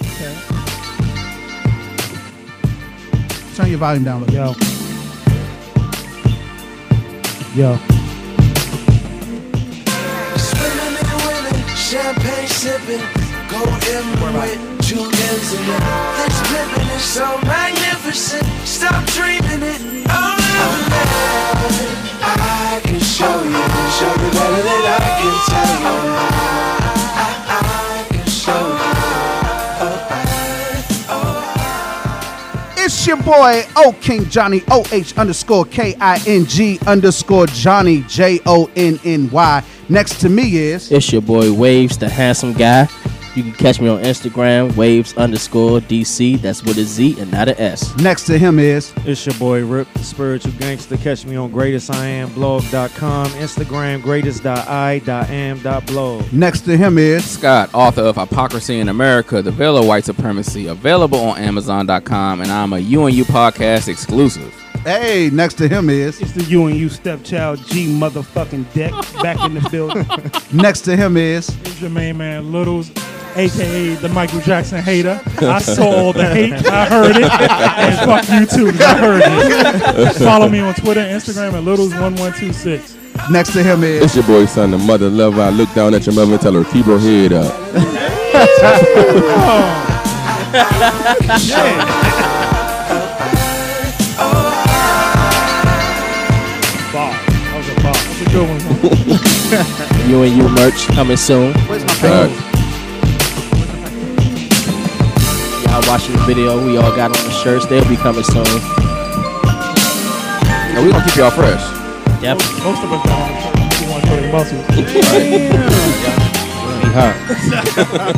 Okay. Turn your volume down a little. Yo. Yo. Swimming and winning, champagne sipping, gold ember with jewels in it. This living is so magnificent. Stop dreaming it, I'm living it. I can show you, show you better than I can tell you. I- I- I can show you. It's your boy O King Johnny O H underscore K I N G underscore Johnny J O N N Y. Next to me is It's your boy Waves, the handsome guy. You can catch me on Instagram, waves underscore DC. That's with a Z and not an S. next to him is It's your boy Rip, the spiritual gangster. Catch me on greatestiamblog.com, Instagram, greatest.i.am.blog. next to him is Scott, author of Hypocrisy in America, The Veil of White Supremacy, available on Amazon.com, and I'm a UNU podcast exclusive. hey next to him is It's the you and you stepchild G motherfucking deck back in the building. next to him is It's your main man Littles, aka the Michael Jackson hater. I saw all the hate, I heard it, and fuck you too. 'cause I heard it. Follow me on Twitter, and Instagram at Littles1126. next to him is It's your boy, son, the mother lover. I look down at your mother and tell her, keep her head up. Bop. That was a bop. That's a good one. man. You and you merch coming soon. where's my pen? Uh, Y'all watching the video. We all got on the shirts. They'll be coming soon. And we're going to keep y'all fresh. Yep. Most of us don't have to want to the muscles.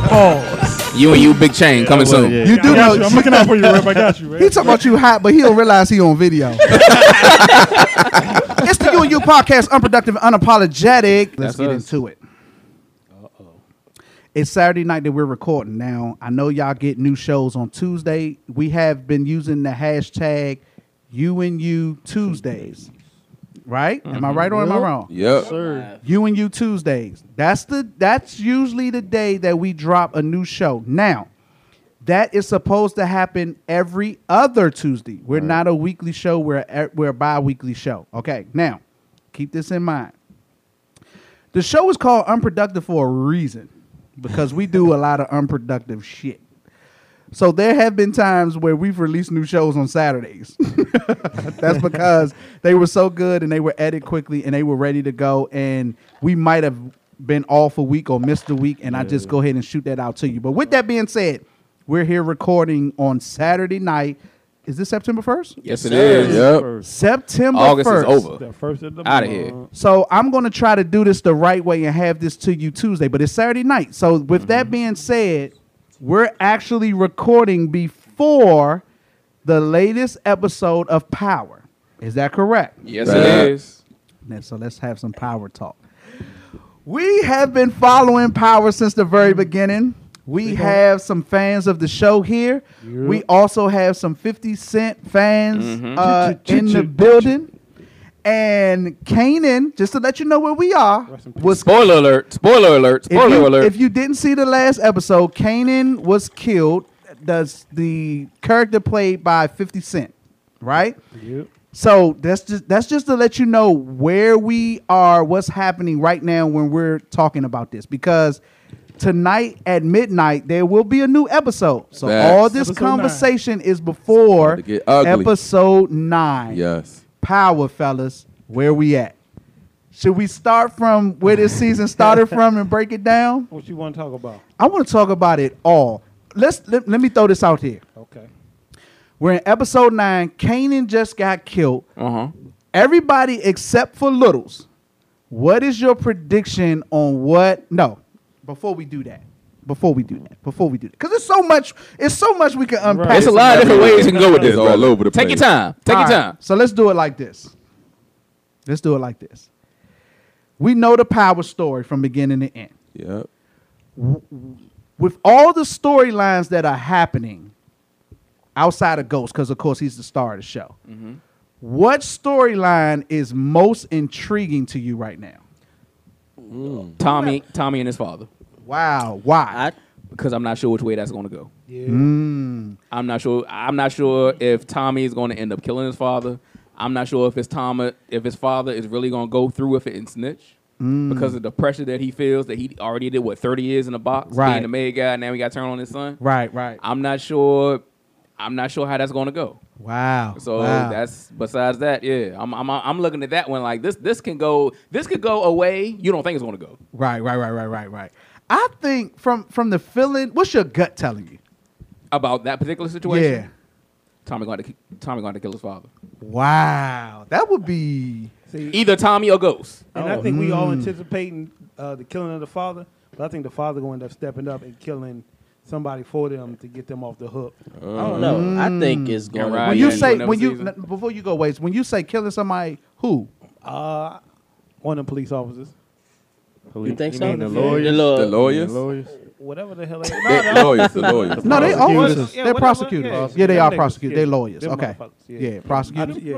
Pause. You and you, Big Chain, coming soon. You do I got you. know I'm looking out for you, Rip. I got you, Rip. he talking about you hot, but he don't realize he on video. it's the You and You podcast, unproductive, and unapologetic. Let's That's get us. into it. It's Saturday night that we're recording now. I know y'all get new shows on Tuesday. We have been using the hashtag You and You Tuesdays. Right? Am I right or am I wrong? Yep. You and You Tuesdays. That's the that's usually the day that we drop a new show. Now, that is supposed to happen every other Tuesday. We're not a weekly show. We're a, e, we're a bi-weekly show. Okay. Now, keep this in mind. The show is called Unproductive for a reason because we do a lot of unproductive shit. So there have been times where we've released new shows on Saturdays. That's because they were so good and they were edited quickly and they were ready to go. And we might have been off a week or missed a week. And I just go ahead and shoot that out to you. But with that being said, we're here recording on Saturday night. Is this September 1st? Yes, it is. Yep. September August 1st. is over. The first of the Outta here. month. So I'm going to try to do this the right way and have this to you Tuesday, but it's Saturday night. So with Mm-hmm. that being said, we're actually recording before the latest episode of Power. Is that correct? Yes, Right. it is. Now, So let's have some power talk. We have been following power since the very beginning. We have some fans of the show here. We also have some 50 Cent fans uh, in the building. And Kanan, just to let you know where we are, was Spoiler alert. Spoiler alert. if Spoiler you, alert. if you didn't see the last episode, Kanan was killed. Does the character played by 50 Cent, right? Yep. So that's just that's just to let you know where we are, what's happening right now when we're talking about this. Because tonight at midnight there will be a new episode. So Facts. all this Episode nine. conversation is before It's about to get ugly. episode nine. Yes. Power, fellas, where we at? Should we start from where this season started from and break it down? What you want to talk about? I want to talk about it all. Let's let, let me throw this out here. Okay. We're in episode nine. Kanan just got killed. uh-huh. Everybody except for Littles, what is your prediction on what? No, before we do that, before we do that, before we do that, because it's so much. It's so much we can unpack. It's a lot of different ways you can go with this. It's all brother. over the Take place. your time. Take All your right, time. So let's do it like this. Let's do it like this. We know the power story from beginning to end. Yep. with all the storylines that are happening outside of Ghost, because of course he's the star of the show, Mm-hmm. what storyline is most intriguing to you right now? Tommy, Tommy and his father. Wow, why? I- because I'm not sure which way that's going to go. Mm. I'm not sure. I'm not sure if Tommy is going to end up killing his father. I'm not sure if his Tommy, if his father is really going to go through with it and snitch Mm. because of the pressure that he feels that he already did what 30 years in the box, Right. being the maid guy. Now he got turned on his son. Right, right. I'm not sure. I'm not sure how that's going to go. Wow. So wow. that's besides that. Yeah, I'm, I'm I'm looking at that one like this. This can go. This could go away. You don't think it's going to go. right, right, right, right, right, right. I think from from the feeling, what's your gut telling you? about that particular situation. Yeah. Tommy going to ki- Tommy going to kill his father. Wow. That would be Either Tommy or Ghost. And Oh, I think we hmm. all anticipating uh, the killing of the father, but I think the father going to end up stepping up and killing somebody for them to get them off the hook. I don't know. I think it's Yeah, going to right. Mm. when Well, be. yeah, you you say wouldn't when have you season. n- before you go ways when you say killing somebody who Uh, one of the police officers, You think so? mean the lawyers? The lawyer. lawyers? lawyers? whatever the hell. The lawyers, the lawyers. no they always Prosecutors. Yeah, they're whatever, prosecutors yeah. yeah, they are Them niggas, prosecutors yeah. they're lawyers Them okay motherfuckers, yeah, yeah. prosecutors yeah.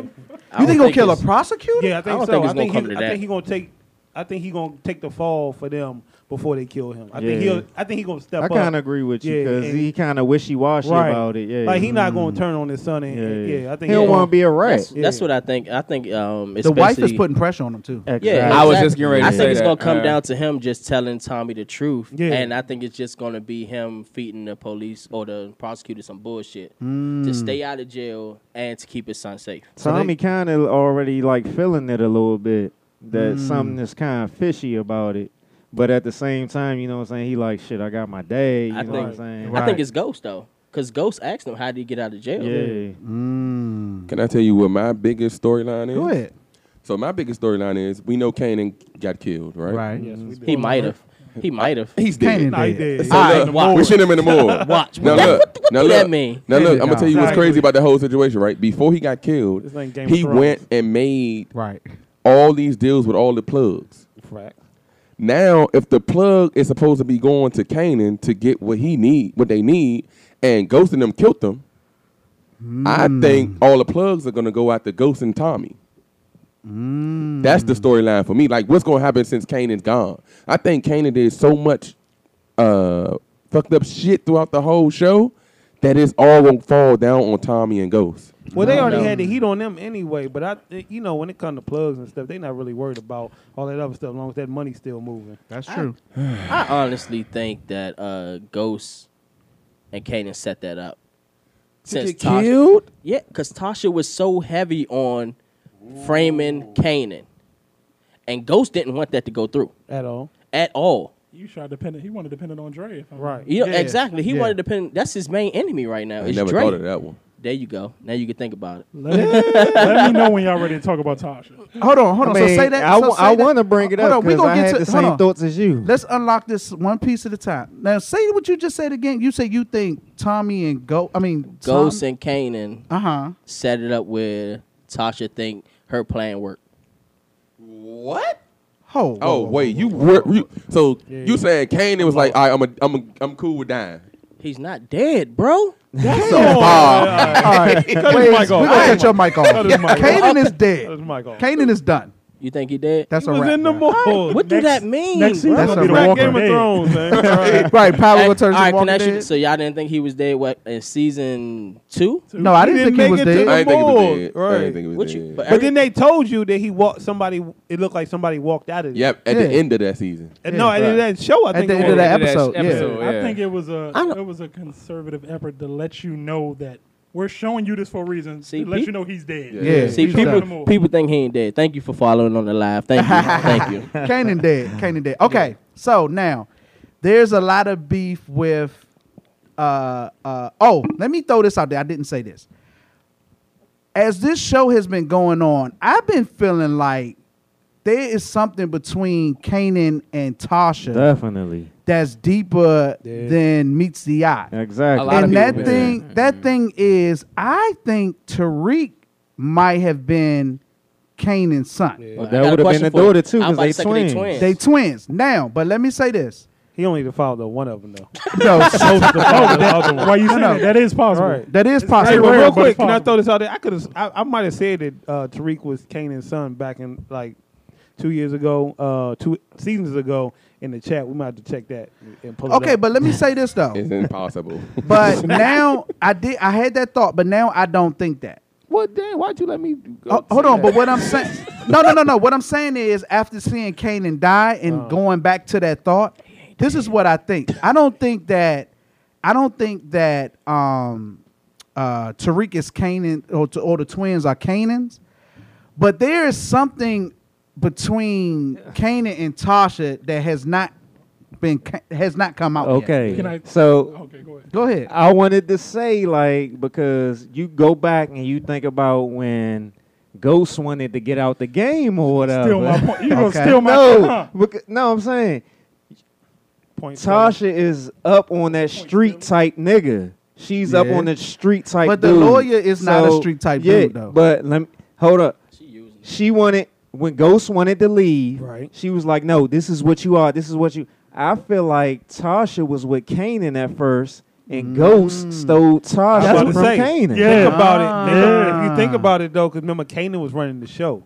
you think he'll kill a prosecutor yeah, I think don't so. think it's I think gonna come to he, I that. think he gonna take. I think he gonna take the fall for them before they kill him. I Yeah. think he'll. I think he gonna step I up. kind of agree with you Yeah, because and- he kind of wishy washy Right. about it. Yeah, Like he not Mm. gonna turn on his son. And, Yeah, and- yeah. yeah. I think he don't he'll- want to be a rat. That's, that's what I think. I think um, the wife is especially- putting pressure on them too Yeah, Exactly. I was just getting ready to I say think it's that. gonna come Uh, down to him just telling Tommy the truth, Yeah. and I think it's just gonna be him feeding the police or the prosecutor some bullshit Hmm. to stay out of jail and to keep his son safe. Tommy kind of already like feeling it a little bit that something is kind of fishy about it. But at the same time, you know what I'm saying? He like, shit, I got my day. You I think- know what I'm saying? I think it's Ghost though, because Ghost asked him, "How did you get out of jail?" yeah. Can I tell you what my biggest storyline is? go ahead So my biggest storyline is we know Canaan got killed, right? right He might have. He might have. He's Canaan dead. Nah, he dead. did. So Alright, look, watch. we sent him in the morgue. Watch. Now What the- look, now what look, that mean? now look. I'm Exactly. gonna tell you what's crazy Exactly. about the whole situation, right? Before he got killed, This ain't Game of he Thrones. went and made right all these deals with all the plugs. Now, if the plug is supposed to be going to Canaan to get what he need, what they need, and Ghost and them killed them, I think all the plugs are gonna go after Ghost and Tommy. That's the storyline for me. Like, what's gonna happen since Canaan's gone? I think Canaan did so much uh, fucked up shit throughout the whole show that it's all gonna fall down on Tommy and Ghost. Well, they already had the heat on them anyway. But I, th- you know, when it comes to plugs and stuff, they not really worried about all that other stuff, as long as that money's still moving. that's true I honestly think that uh, Ghost and Kanan set that up. Since Tasha, yeah, because Tasha was so heavy on framing Kanan, and Ghost didn't want that to go through At all. at all. You try dependent. He wanted dependent on Dre. If I'm Right. You know, Yeah, exactly. He yeah. wanted to pin. That's his main enemy right now. I It's never Dre. thought of that one. There you go. Now you can think about it. Let, let me know when y'all ready to talk about Tasha. hold on hold on I mean, so say that I, so say that- want to bring it hold up on, we because gonna I get had to- the hold same on. thoughts as you. Let's unlock this one piece at a time. Now, say what you just said again. You say you think Tommy and Go, I mean Ghost and Kanan Uh huh. set it up where Tasha think her plan worked. What? Oh, Oh wait, you were you, so you saying Kane was like, all right, I'm a, I'm a, I'm cool with dying. He's not dead, bro. So Bob, All right, Wait, his mic we're off. gonna cut your mic off. Cut his mic off. Kanan is That's dead. oh my goal. Kanan is done. You think he dead? That's He a was wrap. in the mall. what do that mean? next season That's gonna a be the wrap. Walking Game of Dead. Thrones, man. right, power will turn All right, to can Walking I shoot? Dead. So y'all didn't think he was dead? What in season two? No, I didn't think he make was it to dead. the I didn't think he mall. was dead. I Right. didn't think he was What dead. you? But But then they told you that he walked somebody. It looked like somebody walked out of it. yep, at Yeah. the end of that season. And no, I did that show. I At think the it end of was. that Yeah, that's episode, yeah. episode. I yeah. think it was a I don't- it was a conservative effort to let you know that we're showing you this for a reason. See, to let peop- you know he's dead. Yeah. Yeah. See, He's done. people people think he ain't dead. Thank you for following on the live. Thank you, thank you. Kanan dead. Kanan dead. Okay, so now there's a lot of beef with. Uh, uh, oh, let me throw this out there. I didn't say this. As this show has been going on, I've been feeling like there is something between Kanan and Tasha Definitely. that's deeper than meets the eye. Exactly. A lot of and people that been thing, that thing is, I think Tariq might have been Kanan's son. Well, I that got a would have question been the for you. daughter too I was because about to they say, can twins. They twins now, but let me say this. He only followed the one of them though. No, so- Why you saying that? That is possible. Right. that is Hey, possible. but rare, real but quick, it's can I possible. throw this out there? I could have, I, I might have said that uh, Tariq was Kanan's son back in like two years ago, uh, two seasons ago, in the chat. We might have to check that and pull it Okay, up. but let me say this though. It's impossible. But now I did. I had that thought, but now I don't think that. What damn? Why'd you let me? Go Oh, hold on, but what I'm saying, no, no, no, no. What I'm saying is, after seeing Kanan die and going back to that thought, this is what I think. I don't think that, I don't think that um, uh, Tariq is Kanan or, t- or the twins are Kanans, but there is something between Kanan and Tasha that has not been ca- has not come out. yet. Okay. Can I- so Okay, go ahead. go ahead. I wanted to say like because you go back and you think about when Ghost wanted to get out the game or whatever. Steal my point. You gonna Okay. steal my point? no, huh? becau- no, I'm saying Point seven. Tasha is up on that street type nigga. She's up Yeah. on that street type. But the dude. lawyer is not a street type yeah, dude, though. But let me hold up. She using it. She wanted when Ghost wanted to leave. Right. She was like, "No, this is what you are. This is what you." I feel like Tasha was with Kanan at first, Mm. and Ghost stole Tasha That's what from I'm saying. Kanan. Yeah. Think about it. Think about- Ah. If you think about it though, because remember Kanan was running the show,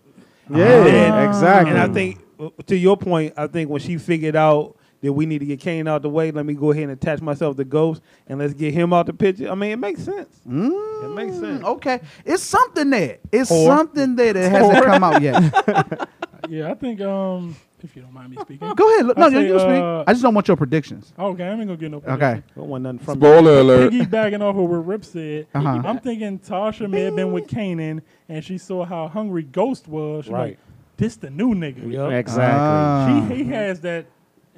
Yeah, Ah. And- exactly. Oh. and I think uh, to your point, I think when she figured out that we need to get Kanan out the way, let me go ahead and attach myself to Ghost and let's get him out the picture. I mean, it makes sense. It Mm. makes sense. Okay, it's something there. It's Whore. something there that hasn't come out yet. Yeah, I think um, if you don't mind me speaking. Go ahead. Look, I no, you say, you speak. uh, I just don't want your predictions. Okay, I ain't gonna get no. Okay. Don't want nothing from. Spoiler alert. Piggybacking off of what Rip said, Uh-huh. I'm thinking Tasha may have been with Kanan, and she saw how hungry Ghost was. She's Right. like, this the new nigga. exactly. She, he Uh-huh. has that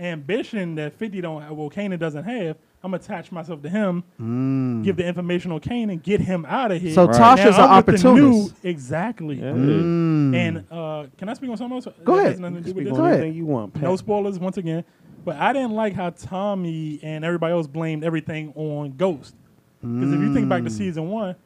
ambition that 50 don't have, well, Kanan doesn't have. I'm gonna attach myself to him, give the information on Kanan, get him out of here. Mm. So Now Tasha's an I'm with the opportunist. Mm. new- Exactly. And uh, can I speak on something else? Go That ahead. has nothing to do with Speak this? Go on ahead. anything you want. Pat. No spoilers once again. But I didn't like how Tommy and everybody else blamed everything on Ghost. Because if you think back to season one,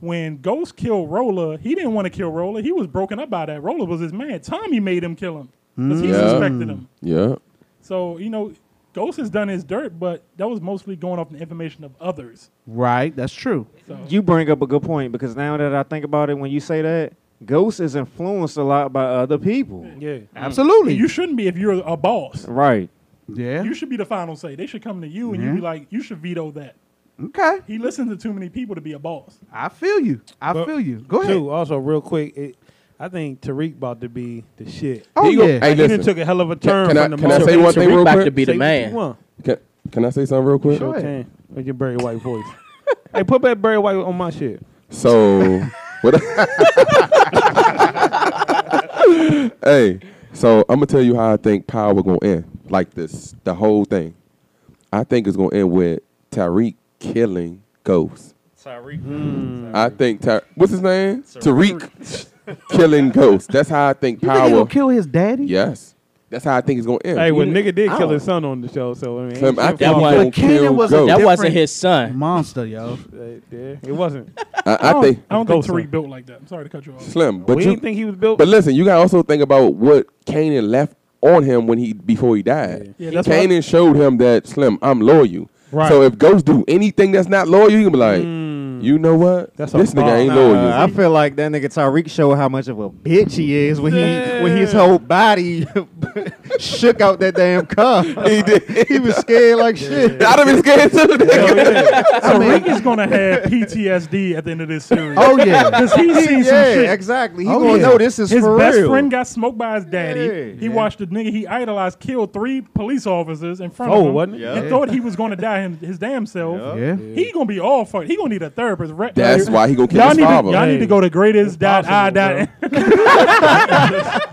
when Ghost killed Rolla, he didn't want to kill Rolla. He was broken up by that. Rolla was his man. Tommy made him kill him because he Yeah. suspected him. yeah. So you know, Ghost has done his dirt, but that was mostly going off the information of others. Right, that's true. So You bring up a good point because now that I think about it, when you say that, Ghost is influenced a lot by other people. Yeah. Absolutely. you shouldn't be if you're a boss. Right. yeah. You should be the final say. They should come to you and you Yeah. be like, you should veto that. Okay. He listens to too many people to be a boss. I feel you. I But- feel you. Go ahead. Too, also, real quick, it, I think Tariq about to be the shit. Oh He go- yeah. Hey, Like, listen. He done took a hell of a turn can I- from the can I moment- say one thing Tariq real about quick? to be Say the what man. you want. Can, can I say something real quick? Sure. Go Sure ahead. can. With your Barry White voice. hey, put that Barry White on my shit. So what? hey, so I'm gonna tell you how I think power gonna end. Like this, the whole thing. I think it's gonna end with Tariq killing Ghost. Tariq. I think Ty- what's his name? Tariq killing Ghost. That's how I think you think he power. gonna kill his daddy? Yes, that's how I think it's gonna end. Hey, well, you- nigga did kill Oh. his son on the show, so I mean, Him, I ain't think That he one- gonna But Kanan kill was a Ghost. That wasn't Different- his son. Monster, yo. shit right there. It wasn't. I, I think I don't Ghost think Tariq son. built like that. I'm sorry to cut you off. slim, but we you didn't think he was built. But listen, you gotta also think about what Canaan left on him when he before he died. Yeah, that's what I- Canaan showed him that Slim, I'm loyal. Right. So if ghosts do anything that's not loyal, you can be like, you know what? That's a this bar. nigga ain't Nah, loyal. Uh, I feel like that nigga Tyreek showed how much of a bitch he is when he when his whole body shook out that damn car. he did. He was scared like shit. I'd have been scared too. nigga. Tariq is gonna have PTSD at the end of this series. Oh yeah. because he seen some yeah, shit. exactly. He Oh, gonna yeah. know this is His for best real. friend got smoked by his daddy. Yeah. he watched the nigga he idolized kill three police officers in front of oh, him. wasn't it? Yeah. He thought he was gonna die him, his damn self. yeah. He gonna be all fucked. He gonna need a therapist. Re- That's like, why he gonna kill y'all his need father. To, y'all need to go to greatest dot I dot.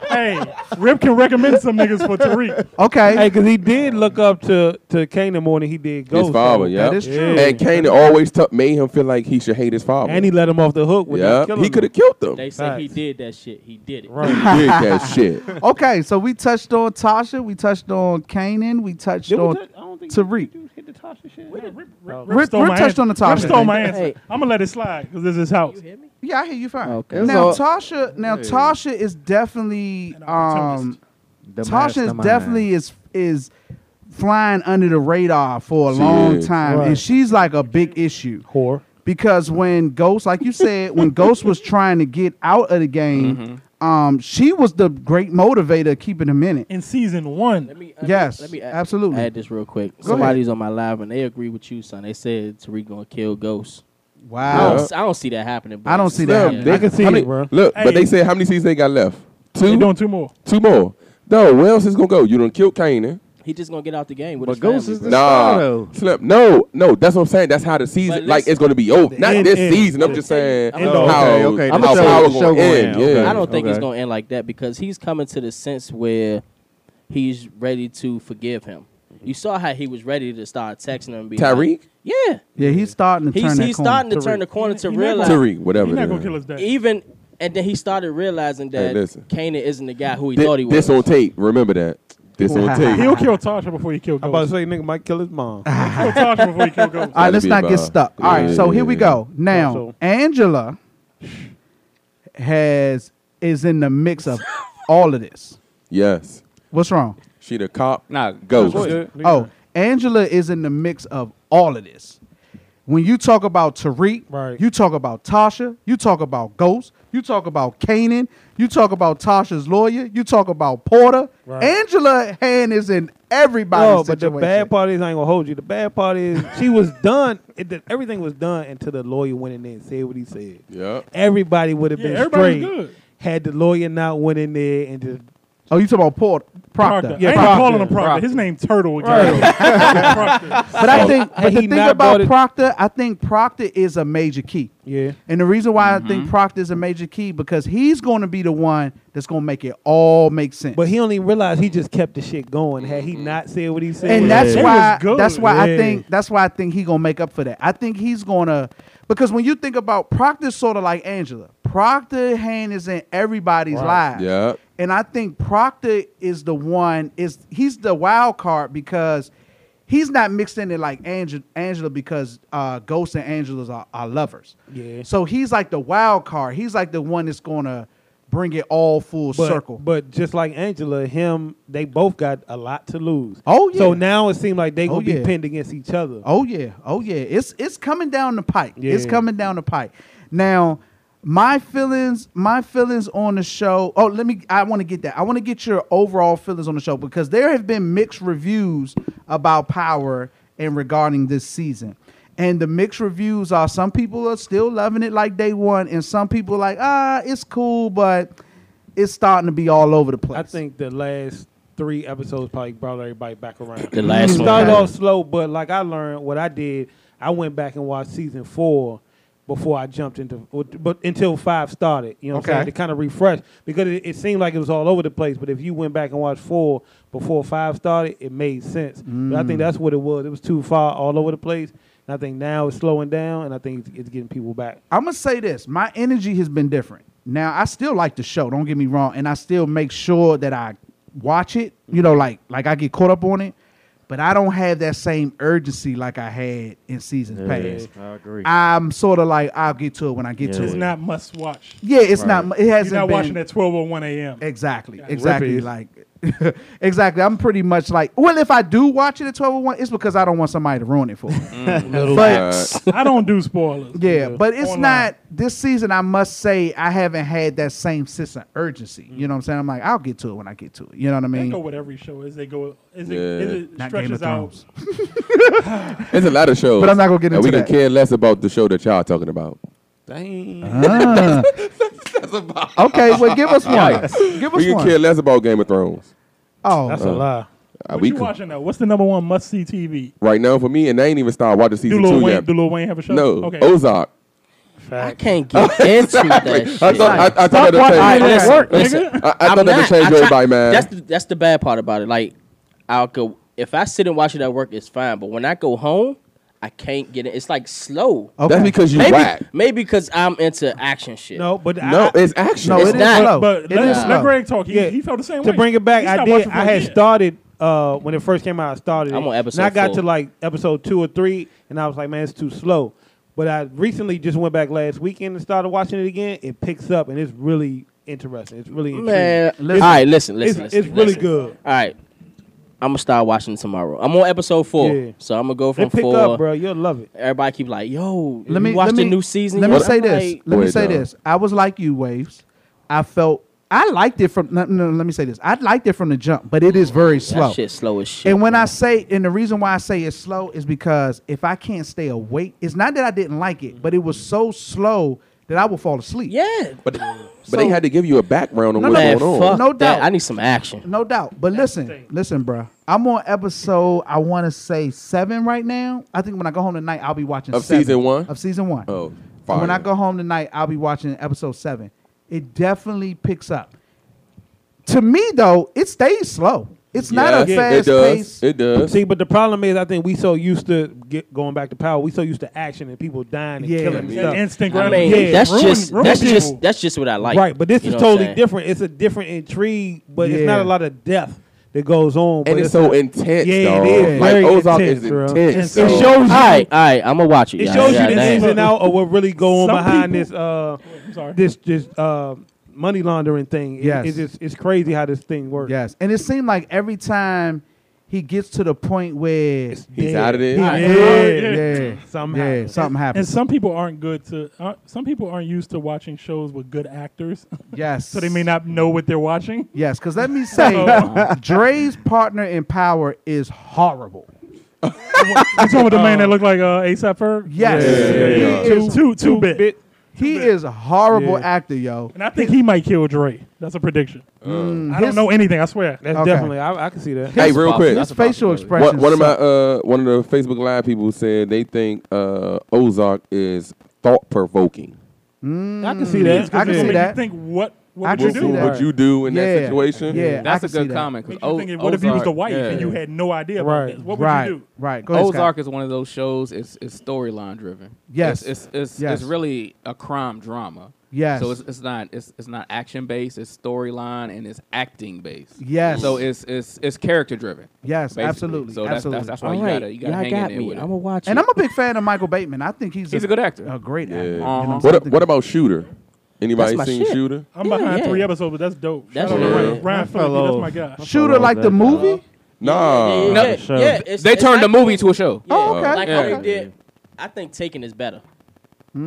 hey, Rip can recommend some niggas for Tariq. Okay. Hey, because he did look up to to Kanan more than he did Ghost. his father, so- yeah. That is true. And Canaan always t- made him feel like he should hate his father. And he let him off the hook with yeah, that killing. he could have killed them. They He say he Facts. did that shit. He did it. did that shit. Okay, so we touched on Tasha, we touched on Kanan, we touched on I don't think Tariq. you hit the Tasha shit. Rip- stole Rip my touched answer. on the topic. Rip stole my answer. Hey. I'm gonna let it slide because this is his house. Yeah, I hear you fine. Okay. Now So- Tasha, now Tasha is definitely um opportunist. The Tasha is mastermind. definitely is is flying under the radar for a She long is. time, Right. and she's like a big issue Whore. because when Ghost, like you said, when Ghost was trying to get out of the game, um, she was the great motivator keeping him in it. in season one. Let me, Yes, add, absolutely. add this real quick. Go Somebody's on my live and they agree with you, son. They said Tariq gonna kill Ghost. I, Wow. don't, I don't see that happening. but I don't it's- see that Look, happening. they- I can see how it, many- bro. Look, but Hey. they said how many seasons they got left? They're Two, doing two more. two more. No, where else is gonna go? You done killed Kanan. He just gonna get out the game with But his Ghost family, is bro. the star, Nah, though. slip. No, no, that's what I'm saying. That's how the season, But like, listen- it's gonna be over. Not end- this end. season. I'm just saying End how all. Okay, okay, how the show- power the gonna show gonna end. end, okay. Yeah. I don't think it's Okay. gonna end like that because he's coming to the sense where he's ready to forgive him. You saw how he was ready to start texting him. And be like- Tariq, yeah, yeah, he's starting to he's turn that he's corner. starting to turn the corner to He- he not realize Tariq, whatever. He's it not gonna is. kill us that. even, and then he started realizing that listen. Kanan isn't the guy who he Thi- thought he was. This on tape. Remember that. This on tape. He'll kill Tasha before he kill I'm about Ghost. to say, nigga might kill his mom. He'll kill Tasha before he kill Ghost. All right, Gotta let's be not get about- stuck. All right, Yeah, so yeah, here we yeah. go. Now, So- Angela has is in the mix of all of this. Yes. What's wrong? She the cop. Nah, Ghost. that's good. Oh, Angela is in the mix of all of this. When you talk about Tariq, Right. you talk about Tasha, you talk about Ghost, you talk about Kanan, you talk about Tasha's lawyer, you talk about Porter. Right. Angela hand is in everybody's No, Oh, but the situation. bad part is I ain't gonna hold you. The bad part is she was done. It, did- everything was done until the lawyer went in there and said what he said. Yeah. Everybody would have Yeah, been everybody straight was good. had the lawyer not went in there and just oh, you talk about Porter Proctor. Proctor. Yeah, I ain't Proctor. calling him Proctor. His name Turtle again. Proctor. But I think, but had the he thing not brought about it- Proctor, I think Proctor is a major key. yeah. And the reason why I Mm-hmm. think Proctor is a major key because he's going to be the one that's going to make it all make sense. But he only realized he just kept the shit going. Had he not said what he said, and that's It was why good. that's why I Yeah. think that's why I think he gonna make up for that. I think he's gonna because when you think about Proctor's sort of like Angela, Proctor hand is in everybody's life. Yeah. And I think Proctor is the one is he's the wild card because he's not mixed in it like Angela, Angela because uh, Ghost and Angela's are, are lovers. Yeah. So he's like the wild card. He's like the one that's gonna bring it all full but, circle. But just like Angela, him, they both got a lot to lose. Oh, yeah. So now it seems like they gonna Oh, yeah. be pinned against each other. Oh yeah, oh yeah. It's it's coming down the pike. It's Yeah. coming down the pike. Now, my feelings, my feelings on the show. Oh, let me. I want to get that. I want to get your overall feelings on the show because there have been mixed reviews about Power and regarding this season. And the mixed reviews are some people are still loving it like day one, and some people like ah, it's cool, but it's starting to be all over the place. I think the last three episodes probably brought everybody back around. The last it one. started off slow, but like I learned, what I did, I went back and watched season four before I jumped into, but until five started. You know, what I'm saying Okay. to kind of refresh because it, it seemed like it was all over the place. But if you went back and watched four before five started, it made sense. But I think that's what it was. It was too far all over the place. And I think now it's slowing down, and I think it's, it's getting people back. I'm gonna say this. My energy has been different. Now I still like the show. Don't get me wrong, and I still make sure that I watch it. You Mm-hmm. know, like like I get caught up on it, but I don't have that same urgency like I had in seasons past. I agree. I'm sort of like I'll get to it when I get to It's it. not must watch. yeah, it's not. mu- It You're hasn't not been watching at 12:01 a.m. exactly, Rip exactly is. like. exactly. I'm pretty much like, well, if I do watch it at 12 1, it's because I don't want somebody to ruin it for me. but Uh, I don't do spoilers. Yeah, but it's Online. not this season. I must say, I haven't had that same sense of urgency. Mm. You know what I'm saying? I'm like, I'll get to it when I get to it. You know what I They go mean? with every show. Is they go? Is it? Yeah. Is it Not Game of stretches out? Thrones. It's a lot of shows. But I'm not gonna get and into we that. can care less about the show that y'all talking about. Okay, well, give us one. give us we can one. care less about Game of Thrones. oh, That's a lie. Uh, What we you can- watching now? What's the number one must see TV? right now for me, and they ain't even started watching Do season Lil two Wayne? yet. Do Lil Wayne have a show? No, Oh. Okay. Ozark. I can't get into that shit. I thought I, I thought that watching it at changed- listen, work, listen, nigga. I, I I'm thought that not- I changed try- everybody, man. That's the, that's the bad part about it. Like, I'll go if I sit and watch it at work, it's fine. But when I go home, I can't get it. It's like slow. okay. That's because you Maybe whack. maybe because I'm into action shit. No, but No, I, it's action. no, It's it is not. slow. But it let, is let slow. Greg talk. He, Yeah. he felt the same way. to bring it back, He I stopped did. watching for I a had year. started uh, when it first came out. I started. I'm it, on episode And I got four. to like episode two or three, and I was like, man, it's too slow. But I recently just went back last weekend and started watching it again. It picks up, and it's really interesting. It's really intriguing. man. It's- All right, listen, it's, listen, it's, listen, really listen. good. All right, I'm gonna start watching tomorrow. I'm on episode four, Yeah. so I'm gonna go from And pick four. up, bro. You'll love it. Everybody keep like, yo, Let me watch let the me- new season. Let me yet? say I'm this. like, let me Wait, say no. this. I was like you, waves. I felt I liked it from. No, no, let me say this. I liked it from the jump, but it is very slow. That shit slow as shit. And when I say, and the reason why I say it's slow is because if I can't stay awake, it's not that I didn't like it, but it was so slow that I would fall asleep. yeah, But, but they had to give you a background on No, what's no, man, going on. fuck No that. doubt. I need some action. No doubt. But listen, listen, bruh. I'm on episode, I want to say seven right now. I think when I go home tonight, I'll be watching Of seven. season one? Of season one. Oh, fire. When I go home tonight, I'll be watching episode seven. It definitely picks up. To me, though, it stays slow. It's not a Yeah, fast It does. pace. It does. See, but the problem is, I think we so used to get, going back to power. We so used to action and people dying and Yeah. killing and Yeah. stuff. Instant I gratification. mean, Yeah, that's ruin- just ruin that's people. just that's just what I like. right, but this You is know what I'm totally saying? different. It's a different intrigue, but it's Yeah. not a lot of death that goes on. and but it's so not- intense, Yeah, it dog. is Like very Ozark intense, is bro. intense. It dog. shows All you right, all right. I'm gonna watch it. It y'all. shows you God the damn. ins and out of what really go on Some behind people- this uh, sorry. this this uh, money laundering thing. It- Yes. it's just it's crazy how this thing works. Yes. And it seemed like every time he gets to the point where He's out of there. yeah, Yeah. yeah, Something yeah, happens. something And happens. some people aren't good to. Uh, some people aren't used to watching shows with good actors, yes. so they may not know what they're watching. Yes, because let me say, Dre's partner in power is horrible. You talking about the man that looked like uh, ASAP Ferg? Yes. Yeah. He Too, is, too, too bit. Bit- he is a horrible actor, yo. And I think he might kill Dre. That's a prediction. I Mm. his- don't know anything. I swear. That's Okay. definitely. I, I can see that. Hey, real quick. His facial One, expressions. one of my suck. uh, one of the Facebook Live people said they think uh, Ozark is thought provoking. I can Mm, see that. I can It's see gonna make that. you think what what I would can you see do? that. What you do in that Yeah. situation? Yeah. I That's a can see good that. comment. 'cause Makes O- you think, what if he was the Ozark- wife yeah. and you had no idea about Right. this? What would right, you do? right. Go ahead, Scott. Ozark is one of those shows. It's it's storyline driven. Yes. it's it's, it's, Yes. it's really a crime drama. Yes. So it's, it's not it's it's not action based. It's storyline and it's acting based. Yes. So it's it's it's character driven. Yes, basically. absolutely, So absolutely. That's, that's, that's why All you right, gotta you gotta y'all hang got in there me. with it. I'm gonna watch and it. I'm a big fan of Michael Bateman. I think he's He's a good actor. a great Yeah. actor. You know Uh-huh. I'm What saying? What about Shooter? Anybody That's my seen shit. Shooter? I'm Yeah, behind yeah. three episodes, but that's dope. That's Shout out to dope. Ryan, Ryan Phillippe, fellow- that's my guy. Shooter like the That- movie? Nah. yeah, yeah, Show. yeah, it's- They it's turned the like- movie to a show. Yeah, Oh, okay. Like Yeah. how they did. I think Taken is better. I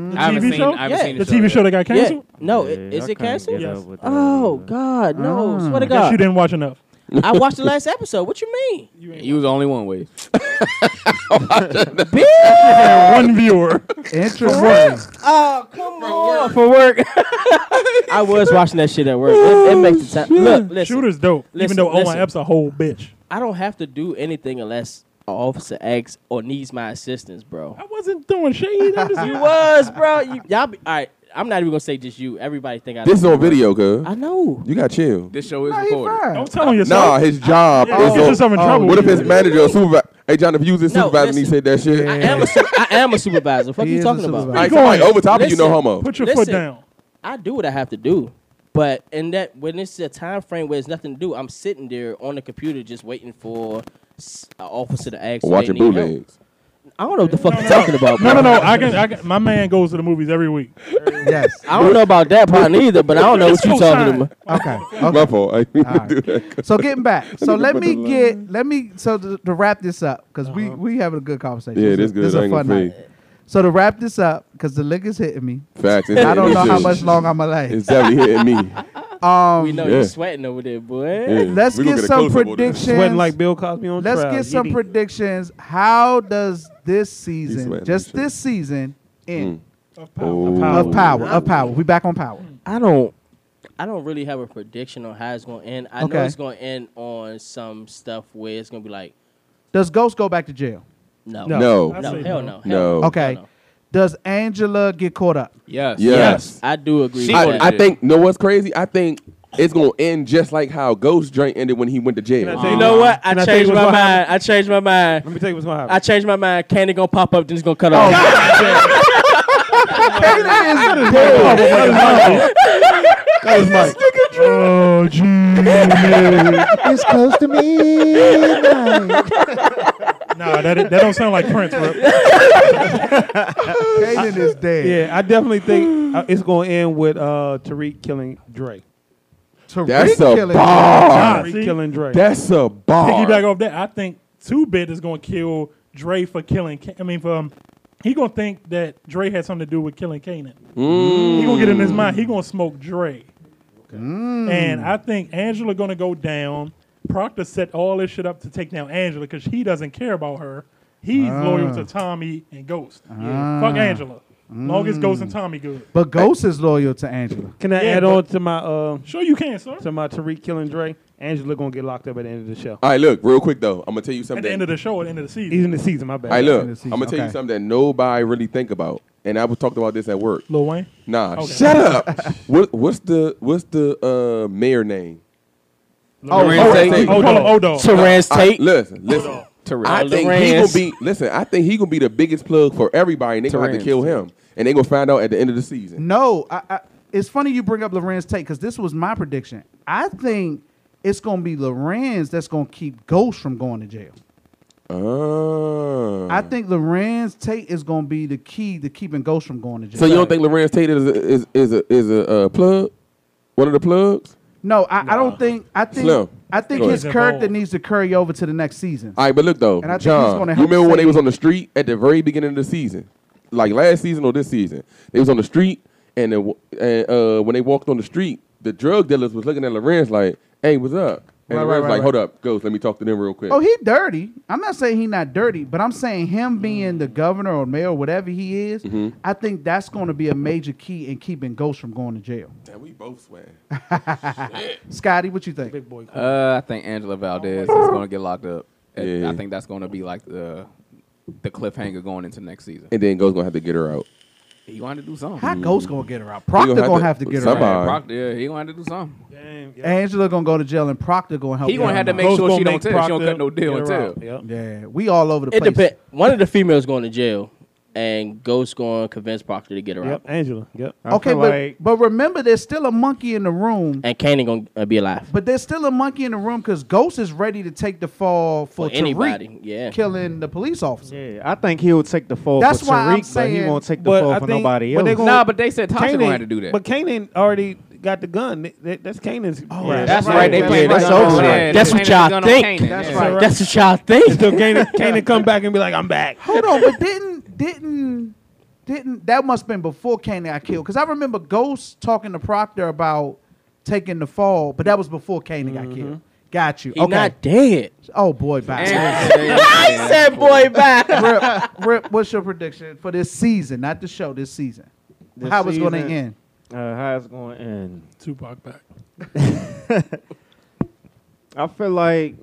TV haven't seen show? I haven't Yeah. seen The TV show that got Yeah. canceled. No, Yeah, it, is I it couldn't canceled? get up Yes. with that Oh either. God, no! Ah. Swear to Guess you God, didn't watch enough. I watched the last episode. What you mean? You was only one way. Yeah, one viewer. Uh, Interesting. Oh, come on. For work. I was watching that shit at work. It, it makes the time. Look, listen. Shooter's dope. Listen, even though Owen listen. Epps a whole bitch. I don't have to do anything unless an officer asks or needs my assistance, bro. I wasn't throwing shade. I'm just You was, bro. You, y'all be, all right. I'm not even gonna say just you. Everybody think I. This is don't on video, cuz. I know. You got chill. This show is Nah, he recorded. fine. don't tell on Nah, yourself. his job Yeah, get is yourself on. in trouble. uh, What if his manager or supervisor? Hey, John, if you was his No, supervisor and he listen. said that shit, I am a su- I am a supervisor. Fuck He you is a talking about? supervisor. I somebody over top of you, no Listen. homo. Put your foot Listen. down. I do what I have to do. But in that when it's a time frame where there's nothing to do, I'm sitting there on the computer just waiting for s- an officer to ask. Or if they watching need help. bootlegs. I don't know what the fuck you're talking about. No, bro. no, no. I can, I can. My man goes to the movies every week. yes. I don't know about that part neither, but I don't know what you're talking about. Okay. okay. My fault. I didn't mean to Alright. do that. So getting back. So Nigga let put me the line. Uh-huh. get let me so to, to wrap this up because we we having a good conversation. This Yeah, this is- good. This is I a ain't fun gonna night. So to wrap this up because the liquor's hitting me. Facts. I don't know how much longer I'm gonna last. It's definitely hitting me. We Um, know Yeah. you're sweating over there, boy. Yeah. let's We gonna get a some close-up on this. predictions. Sweating like Bill Cosby on Let's trial. get some Yeezy. predictions. How does this season, sweating just like shit. this season, end Oh. of power? Of Mm. power. We back on power. I don't. I don't really have a prediction on how it's gonna end. I know Okay. it's gonna end on some stuff where it's gonna be like, Does Ghost go back to jail? no, No. No. no, Absolutely hell no. no, hell No. Okay. no. Does Angela get caught up? Yes. Yes. I do agree. She with would- that. I, I think, know what's crazy? I think it's going to end just like how Ghost Drink ended when he went to Can jail. I tell you know what? Can I I tell changed you my what's mind. gonna I changed my mind. Let me tell you what's gonna I happen. changed my mind. Candy gonna pop up, then it's gonna cut off. Kayla is That was Mike. Oh, gee. It's close to midnight. Nah, that, that don't sound like Prince, bro. Kanan is dead. Yeah, I definitely think uh, it's gonna end with uh, Tariq killing Dre. Tariq That's a killing- bar. Nah, Tariq see? killing Dre. That's a bar. piggyback off that, I think Two Bit is gonna kill Dre for killing. Ka- I mean, for um, he gonna think that Dre had something to do with killing Kanan. He gonna get in his mind. He gonna smoke Dre. And I think Angela gonna go down. Proctor set all this shit up to take down Angela because he doesn't care about her. He's loyal to Tommy and Ghost. Fuck Angela. Long as Ghost and Tommy good. But Ghost is loyal to Angela. Can I Yeah, add but- on to my uh, Sure you can, sir. to my Tariq killing Dre? Angela gonna get locked up at the end of the show. All right, look, real quick though, I'm gonna tell you something. At the that- end of the show, at the end of the He's season. in the season. My bad. All right, look, End of the I'm gonna season, tell okay. you something that nobody really think about, and I was talked about this at work. Lil Wayne. Nah, Okay. shut up. what, what's the what's the uh, mayor name? Oh, Lorenz oh, Tate. Hold on, hold on. Terrence I, Tate. listen, listen. I think he gonna be. Listen, I think he gonna be the biggest plug for everybody, and they gonna have to kill Terrence. him, and they gonna find out at the end of the season. No, I, I, it's funny you bring up Lorenz Tate because this was my prediction. I think it's going to be Lorenz that's going to keep Ghost from going to jail. Oh. I think Lorenz Tate is going to be the key to keeping Ghost from going to jail. so. You don't think Lorenz Tate is a, is is a is a uh, plug? One of the plugs. no, I, I don't think. I think. Slim. I think Go his ahead. character needs to curry over to the next season. All right, but look though, And I think he's John, gonna you help remember save- when they was on the street at the very beginning of the season, like last season or this season, they was on the street, and, the, and uh, when they walked on the street, the drug dealers was looking at Lorenz like, "Hey, what's up?" And Right, right, Lorenz right, like, right. "Hold up, ghost, let me talk to them real quick." Oh, he dirty. I'm not saying he not dirty, but I'm saying him being the governor or mayor or whatever he is, Mm-hmm. I think that's going to be a major key in keeping Ghost from going to jail. Damn, we both swear. Scotty, what you think? Uh, I think Angela Valdez is going to get locked up. And Yeah. I think that's going to be like the the cliffhanger going into next season. And then Ghost gonna have to get her out. He going to do something. How Ghost gonna get her out? Proctor Mm-hmm. have gonna, to- have to get her somebody. out. Yeah, Proc- yeah, he going to do something. Angela gonna go to jail, and Proctor gonna help. He gonna her have to out. make Ghost sure gonna she make don't tell. She don't Proctor cut no deal get and her tell. out. Yep. Yeah, we all over the It place. depends. One of the females going to jail, and Ghost going to convince Proctor to get her Yep, out, Angela. Yep. I Okay, feel but like but remember, there's still a monkey in the room. and Kanan going to be alive. But there's still a monkey in the room because Ghost is ready to take the fall for, For anybody, Tariq yeah. killing the police officer. yeah, I think he'll take the fall That's for why I'm Tariq, but he saying- won't take the but fall I for think- nobody but else. they gonna- Nah, but they said Tasha going to have to do that. But Kanan already got the gun. Th- th- That's Kanan's. Oh, yeah. right. that's right. They Yeah, playing that's that song. right. Yeah, That's they what playing that y'all gun on think. Kanan. That's Yeah. right. That's what y'all think. So Kanan, Kanan come back and be like, I'm back. Hold on, but didn't didn't didn't that must have been before Kanan got killed? Because I remember Ghost talking to Proctor about taking the fall, but that was before Kanan got killed. Got you. He okay. not dead. oh boy, bye. I said, boy, back. Rip, Rip, what's your prediction for this season? Not the show, this season. This How it's going to season- end? Uh, how it's going to end? Tupac back. I feel like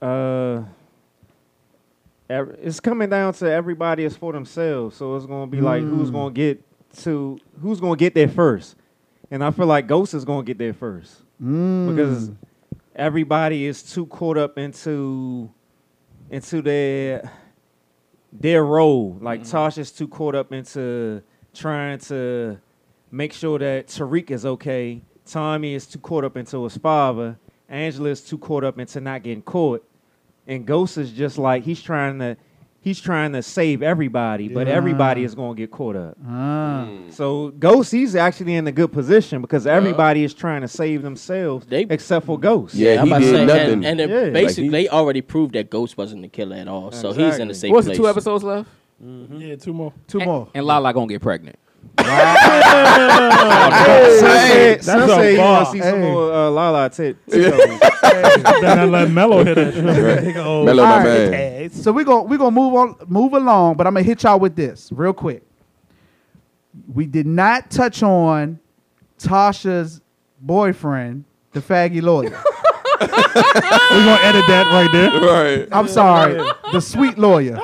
uh, ev- it's coming down to everybody is for themselves. So it's gonna be like who's gonna get to who's gonna get there first, and I feel like Ghost is gonna get there first because everybody is too caught up into into their their role. Like Tasha's too caught up into trying to make sure that Tariq is okay. Tommy is too caught up into his father. Angela is too caught up into not getting caught. And Ghost is just like he's trying to he's trying to save everybody, but everybody is gonna get caught up. So Ghost he's actually in a good position because everybody is trying to save themselves They- except for Ghost. Yeah, he to did say, nothing. And, and then Yeah. basically, Like they already proved that Ghost wasn't the killer at all. So he's in the Exactly. safe What's the place. two episodes left? Yeah, two more. Two more. And Lala gonna get pregnant. Some say, some a say you wanna bar. see some Hey. more uh, Lala tit. then I let Mello hit that. shit. Oh, Mellow, my All right. man. So we're gonna we're gonna move on move along, but I'm gonna hit y'all with this real quick. We did not touch on Tasha's boyfriend, the faggy lawyer. We're gonna edit that right there. Right. I'm sorry, the sweet lawyer.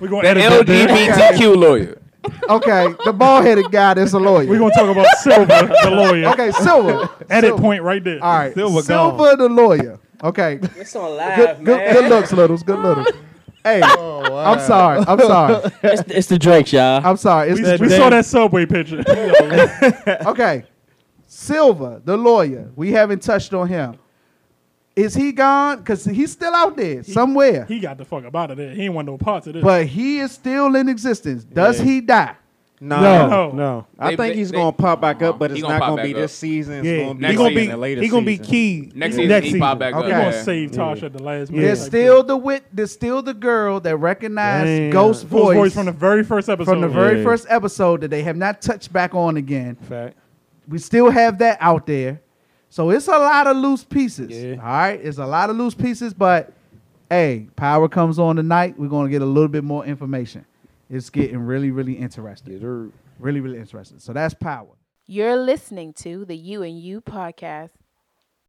We're gonna edit that there. LGBTQ lawyer. Okay, the bald headed guy that's a lawyer. We're gonna talk about Silver, the lawyer. okay, Silver. Edit Silver. point right there. All right, Silver Silver, gone. the lawyer. Okay, It's on live, good, good, good looks, littles. Good littles. Hey, I'm sorry. I'm sorry. It's, it's the Drake, y'all. I'm sorry. It's We, we saw that subway picture. Okay. Silva, the lawyer. We haven't touched on him. Is he gone? Because he's still out there somewhere. he got the fuck up out of there. He ain't want no parts of this. but he is still in existence. Does he die? No, No. No. I They- think they- he's they- Uh-huh. gonna pop back up, but He it's gonna not pop gonna be back this up. season. It's Yeah, gonna he Next gonna season be and later he gonna be season. key Next season, Next he pop season. back He Okay. up. gonna Yeah. save Tasha at the last minute. There's like still the wit. There's still the girl that recognized Damn. Ghost that. Those voice, boys from from the the very first episode. very Yeah. first episode that they have not touched back on again. Fact. We still have that out there. So it's a lot of loose pieces. Yeah. All right, it's a lot of loose pieces, but hey, power comes on tonight. We're gonna get a little bit more information. It's getting really, really interesting. Really, really interesting. So that's power. You're listening to the You and You podcast.